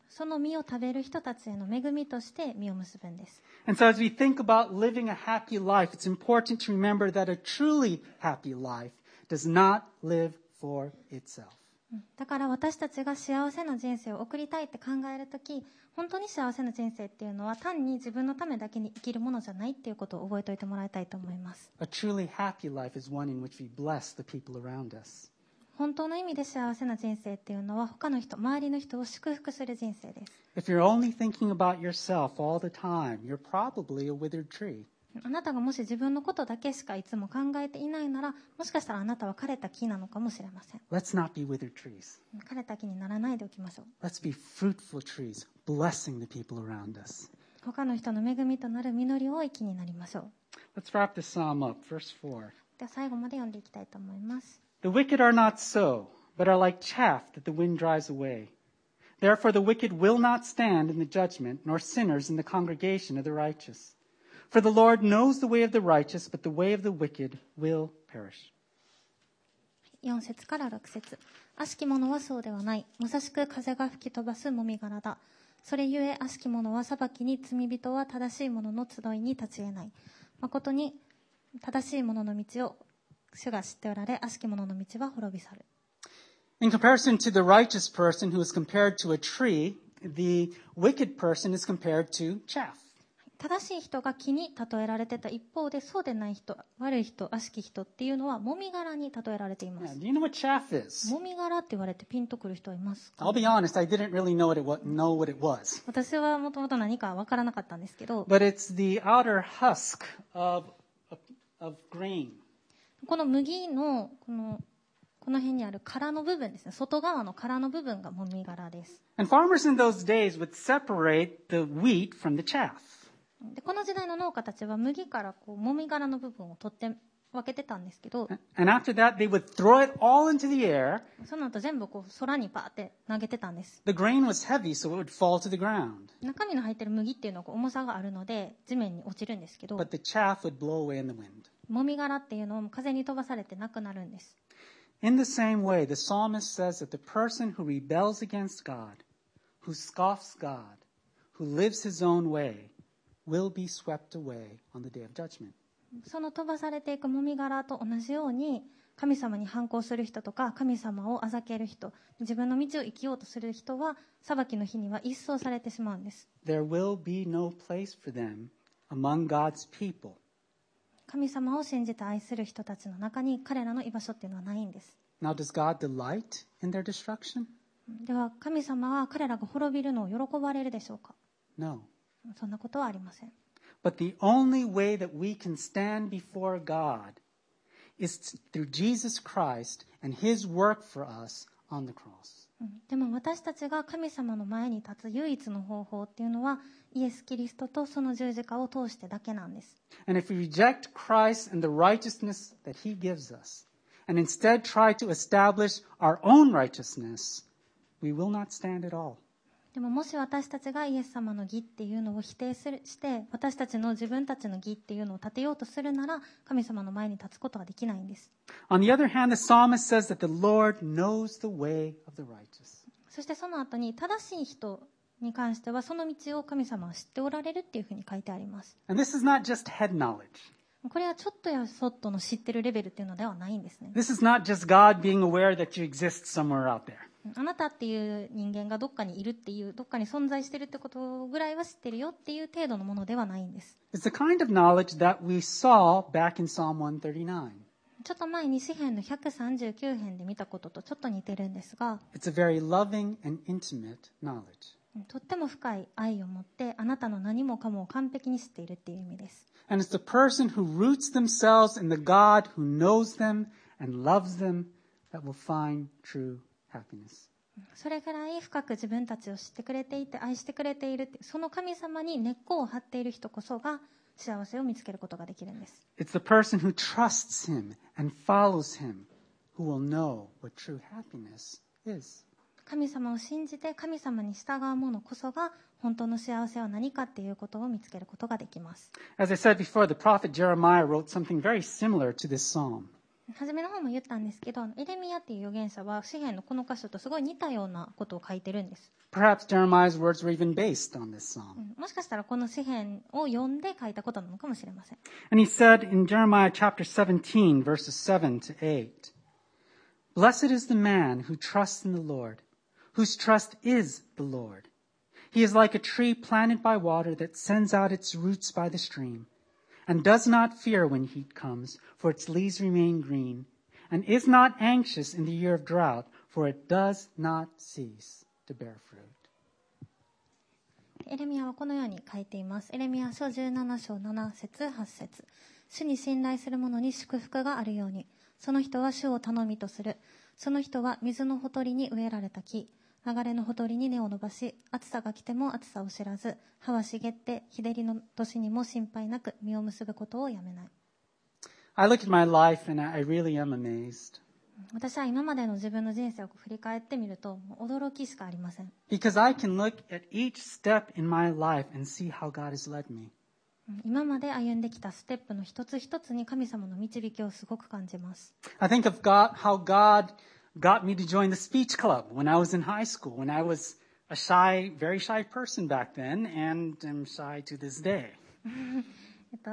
B: その実を食べる人たちへの恵みとして実を結ぶんです
A: And so, as we think about living a happy life, it's important to remember that a truly happy life does not live for itself.
B: うんだから私たちが幸せな人生を送りたいって考えるとき本当に幸せな人生っていうのは単に自分のためだけに生きるものじゃないっていうことを覚えておいてもらいたいと思います
A: A truly happy life is one in which we bless the people around us.
B: 本当の意味で幸せな人生っていうのは他の人周りの人を祝福する人生です
A: If you're only thinking about yourself all the time, you're probably a withered tree.
B: あなたがもし自分のことだけしかいつも考えていないならもしかしたらあなたは枯れた木なのかもしれません
A: Let's not be withered trees.
B: うん枯れた木にならないでおきましょう
A: Let's be fruitful trees, blessing the people around us.
B: 他の人の恵みとなる実りを生きになりましょう
A: Let's wrap this psalm up, verse 4.
B: では最後まで読んでいきたいと思います
A: The wicked are not so, but are like chaff that the wind drives away. Therefore, the wicked will not stand in the judgment, nor sinners in the congregation of the righteous. For the Lord knows the way of the righteous, but the way of the wicked will perish.
B: 4節から6節悪しき者はそうではないまさしく風が吹き飛ばすもみ殻だそれゆえ悪しき者は裁きに罪人は正しい者の集いに立ち得ない誠に正しい者の道を主が知っておられ悪しき者の道は滅び去る
A: In comparison to the righteous person who is compared to a tree, the wicked person is compared to chaff.
B: 正しい人が木に例えられてた一方でそうでない人悪い人悪しき人っていうのはもみ殻に例えられていま
A: Now,
B: す
A: do you know what chaff is?
B: もみ殻って言われてピンとくる人はいますか
A: I'll be honest, I didn't really know what it was, know what it was.
B: 私はもともと何か分からなかったんですけど
A: But it's the outer husk of, of, of grain.
B: この麦のこのここの辺にある殻の部分ですね。外側の殻の部分がもみ殻です。
A: And farmers in those days would separate the wheat from the chaff.
B: で、この時代の農家たちは麦からこう、もみ殻の部分を取って分けてたんですけど、
A: And after that, they would throw it all into the air.
B: その後全部こう、空にパーって投げてたんです。
A: The grain was heavy, so it would fall to the ground.
B: 中身の入ってる麦っていうのはこう重さがあるので、地面に落ちるんですけど、
A: But the chaff would blow away in the wind.
B: もみ殻っていうのは風に飛ばされてなくなるんです。
A: In the same way, the psalmist says that the person who rebels against God, who scoffs God, who lives his own way, will be swept away on the day of judgment.
B: その飛ばされていくもみ殻と同じように神様に反抗する人とか神様をあざける人自分の道を生きようとする人は裁きの日には一掃されてしまうんです
A: There will be no place for them among God's people.
B: 神様を信じて愛する人たちの中に彼らの居場所っていうのはないんです
A: Now, does God delight in their destruction?
B: では神様は彼らが滅びるのを喜ばれるでしょうか
A: No.
B: そんなことはありません
A: But the only way that we can stand before God is t- through Jesus Christ and his work for us on the cross.
B: うんでも私たちが神様の前に立つ唯一の方法っていうのはイエス・キリストとその十字架を通してだけなんです
A: And if we reject Christ and the righteousness that he gives us, and instead try to establish our own righteousness, we will not stand at all.
B: でももし私たちがイエス様の義っていうのを否定するして私たちの自分たちの義っていうのを立てようとするなら神様の前に立つことはできないんです
A: On the other hand, the psalmist says that the Lord knows the way of the righteous.
B: そしてその後に正しい人に関してはその道を神様は知っておられるっていうふうに書いてあります
A: And this is not just head knowledge.
B: これはちょっとやそっとの知ってるレベルっていうのではないんですね
A: This is not just God being aware that you exist somewhere out there.
B: あなたっていう人間がどっかにいるっていうどっかに存在してるってことぐらいは知ってるよっていう程度のものではないんです
A: It's the kind of knowledge that we saw back in Psalm 139.
B: ちょっと前に詩篇の139編で見たこととちょっと似てるんですが
A: It's a very loving and intimate knowledge.
B: とっても深い愛を持ってあなたの何もかもを完璧に知っているっていう意味です
A: And it's the person who roots themselves in the God who knows them and loves them that will find true happiness.
B: それぐらい深く自分たちを知ってくれていて愛してくれているってその神様に根っこを張っている人こそが幸せを見つけることができるんです
A: It's the person who trusts him and follows him who will know what true happiness is.
B: 神様を信じて神様に従う者こそが本当の幸せは何かっていうことを見つけることができます
A: As I said before, the prophet Jeremiah wrote something very similar to this psalm.
B: 初めの方も言ったんですけどあのエレミアっていう預言者は詩篇のこの箇所とすごい似たようなことを書いてるんです
A: Perhaps Jeremiah's words were even based on this psalm.
B: うんもしかしたらこの詩篇を読んで書いたことなのかもしれません
A: And he said in Jeremiah chapter 17, verses 7 to 8 Blessed is the man who trusts in the Lord, whose trust is the Lord. He is like a tree planted by water that sends out its roots by the stream, and does not fear when heat comes, for its leaves remain green, and is not anxious in the year of drought, for it does not cease to bear fruit.
B: エレミアはこのように書いています。エレミア書17章7節8節主に信頼する者に祝福があるように。その人は主を頼みとする。その人は水のほとりに植えられた木。流れのほとりに根を伸ばし、暑さが来ても暑さを知らず、葉は茂って、日照りの年にも心配なく、実を結ぶことをやめない。
A: I look at my life and I I really am amazed
B: 私は今までの自分の人生を振り返ってみると、もう驚きしかありません。
A: Because I can look at each step in my life and see how God has led me.
B: 今まで歩んできたステップの一つ一つに神様の導きをすごく感じます。
A: I think of God, how God got me to join the speech club when I was in high school, when I was a shy, very shy person back then, and am shy to this day.
B: えっと、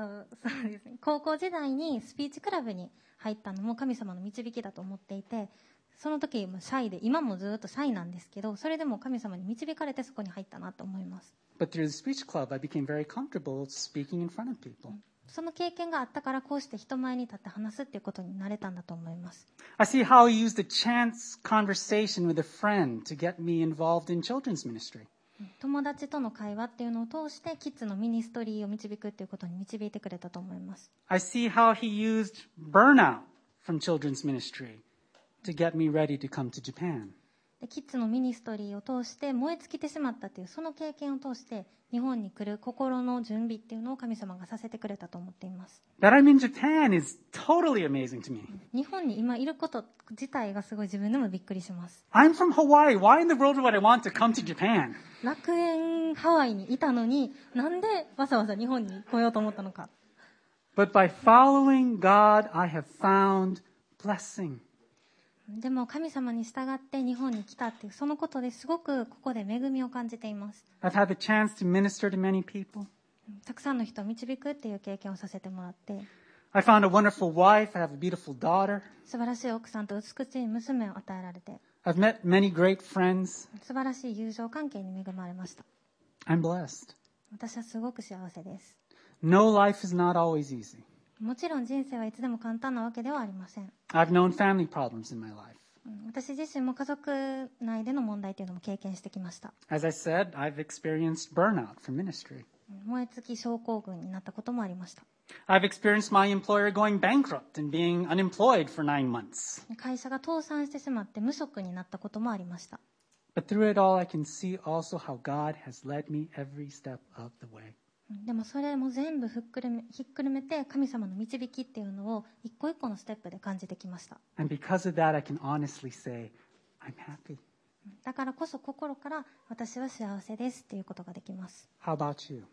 B: そうですね。高校時代にスピーチクラブに入ったのも神様の導きだと思っていて、その時もシャイで、今もずっとシャイなんですけど、それでも神様に導かれてそこに入ったなと思います。
A: But through the speech club, I became very comfortable speaking in front of people.
B: その経験があったからこうして人前に立って話すっていうことになれたんだと思います。
A: I see how He used a chance conversation with a friend to get me involved in children's ministry.
B: 友達との会話っていうのを通してキッズのミニストリーを導くっていうことに導いてくれたと思います。
A: I see how He used burnout from children's ministry to get me ready to come to Japan.
B: でキッズのミニストリーを通して燃え尽きてしまったというその経験を通して日本に来る心の準備っていうのを神様がさせてくれたと思っています
A: That I'm in Japan is totally amazing to me.
B: 日本に今いること自体がすごい自分でもびっくりします
A: I'm from Hawaii. Why in the world would I want to come to Japan?
B: 楽園ハワイにいたのになんでわざわざ日本に来ようと思ったのか
A: But by following God, I have found blessing.
B: でも神様に従って日本に来たっていうそのことですごくここで恵みを感じています
A: I've had the chance to minister to many people.
B: たくさんの人を導くっていう経験をさせてもらって
A: I found a wonderful wife. I have a beautiful daughter.
B: 素晴らしい奥さんと美しい娘を与えられて
A: I've met many great friends.
B: 素晴らしい友情関係に恵まれました
A: I'm blessed.
B: 私はすごく幸せです
A: No life is not always easy.
B: もちろん人生はいつでも簡単なわけではありません
A: I've known family problems in my life.
B: うん私自身も家族内での問題というのも経験してきました
A: As I said, I've experienced burnout from ministry.
B: うん燃え尽き症候群になったこともありました
A: I've experienced my employer going bankrupt and being unemployed for nine months.
B: 会社が倒産してしまって無職になったこともありました
A: But through it all, I can see also how God has led me every step of the way.
B: うんでもそれも全部ふっくるめひっくるめて神様の導きっていうのを一個一個のステップで感じてきました
A: And because of that, I can honestly say, I'm happy.
B: だからこそ心から私は幸せですっていうことができます
A: How about you?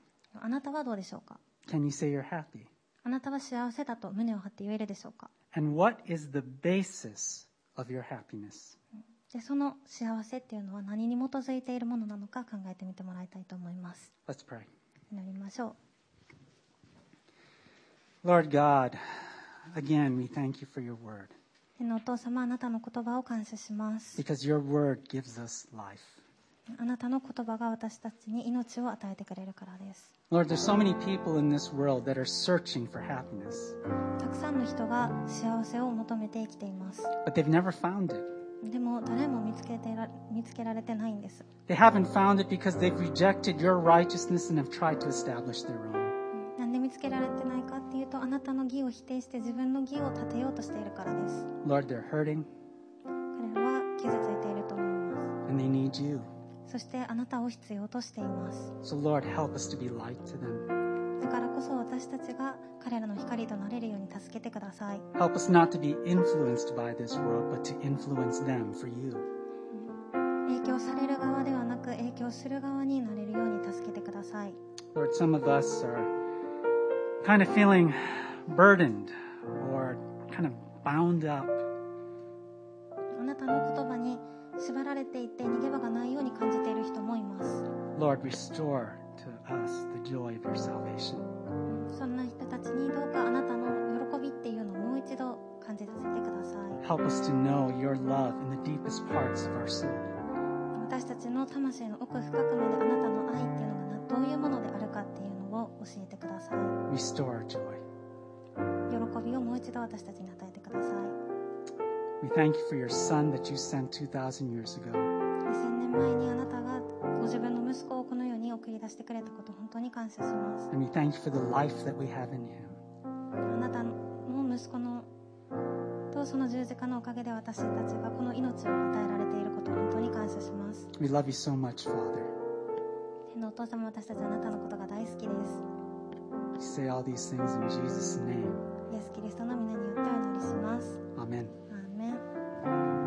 B: あなたはどうでしょうか
A: Can you say you're happy?
B: あなたは幸せだと胸を張って言えるでしょうか
A: And what is the basis of your happiness?
B: でその幸せっていうのは何に基づいているものなのか考えてみてもらいたいと思います
A: Let's pray.
B: 祈りましょう
A: Lord God, again, we thank you for your word
B: 天のお父様あなたの言葉を感謝します
A: because your word gives us life.
B: あなたの言葉が私たちに命を与えてくれるからです
A: Lord, there's so many people in this world that are searching for happiness,
B: たくさんの人が幸せを求めて生きています
A: but they've never found it.
B: でも誰も見つけてら見つけられてないんです
A: They haven't found it because they've rejected your righteousness and have tried to establish their own.
B: なんで見つけられてないかっていうとあなたの義を否定して自分の義を立てようとしているからです
A: Lord, they're hurting
B: 彼らは傷ついていると思いま
A: and they need you.
B: すそしてあなたを必要としています
A: So, Lord, help us to be light to them.
B: だからこそ私たちが彼らの光となれるように助けてください
A: Help us not to be influenced by this world, but to influence them for you.
B: 影響される側ではなく影響する側になれるように助けてください
A: Lord, some of us are kind of feeling burdened or kind of bound up.
B: あなたの言葉に縛られていて逃げ場がないように感じている人もいます
A: Lord, restore to us the joy of your salvation.
B: そんな人たちにどうかあなたの喜びっていうのをもう一度感じさせてください
A: Help us to know your love in the deepest parts of our soul.
B: 私たちの魂の奥深くまであなたの愛っていうのがどういうものであるかっていうのを教えてください
A: Restore our joy.
B: 喜びをもう一度私たちに与えてください
A: We thank you for your son that you sent 2,000 years ago.
B: 2000年前にあなたがご自分の息子をこの世に送り出してくれたこと本当に感謝します
A: And we thank you for the life that we have in him.
B: あなたの息子のとその十字架のおかげで私たちがこの命を与えられていることを本当に感謝します
A: We love you so much, Father.
B: 天のお父様私たちあなたのことが大好きです
A: We say all these things in Jesus' name.
B: イエス・キリストの皆によってお祈りします
A: Amen.
B: アーメン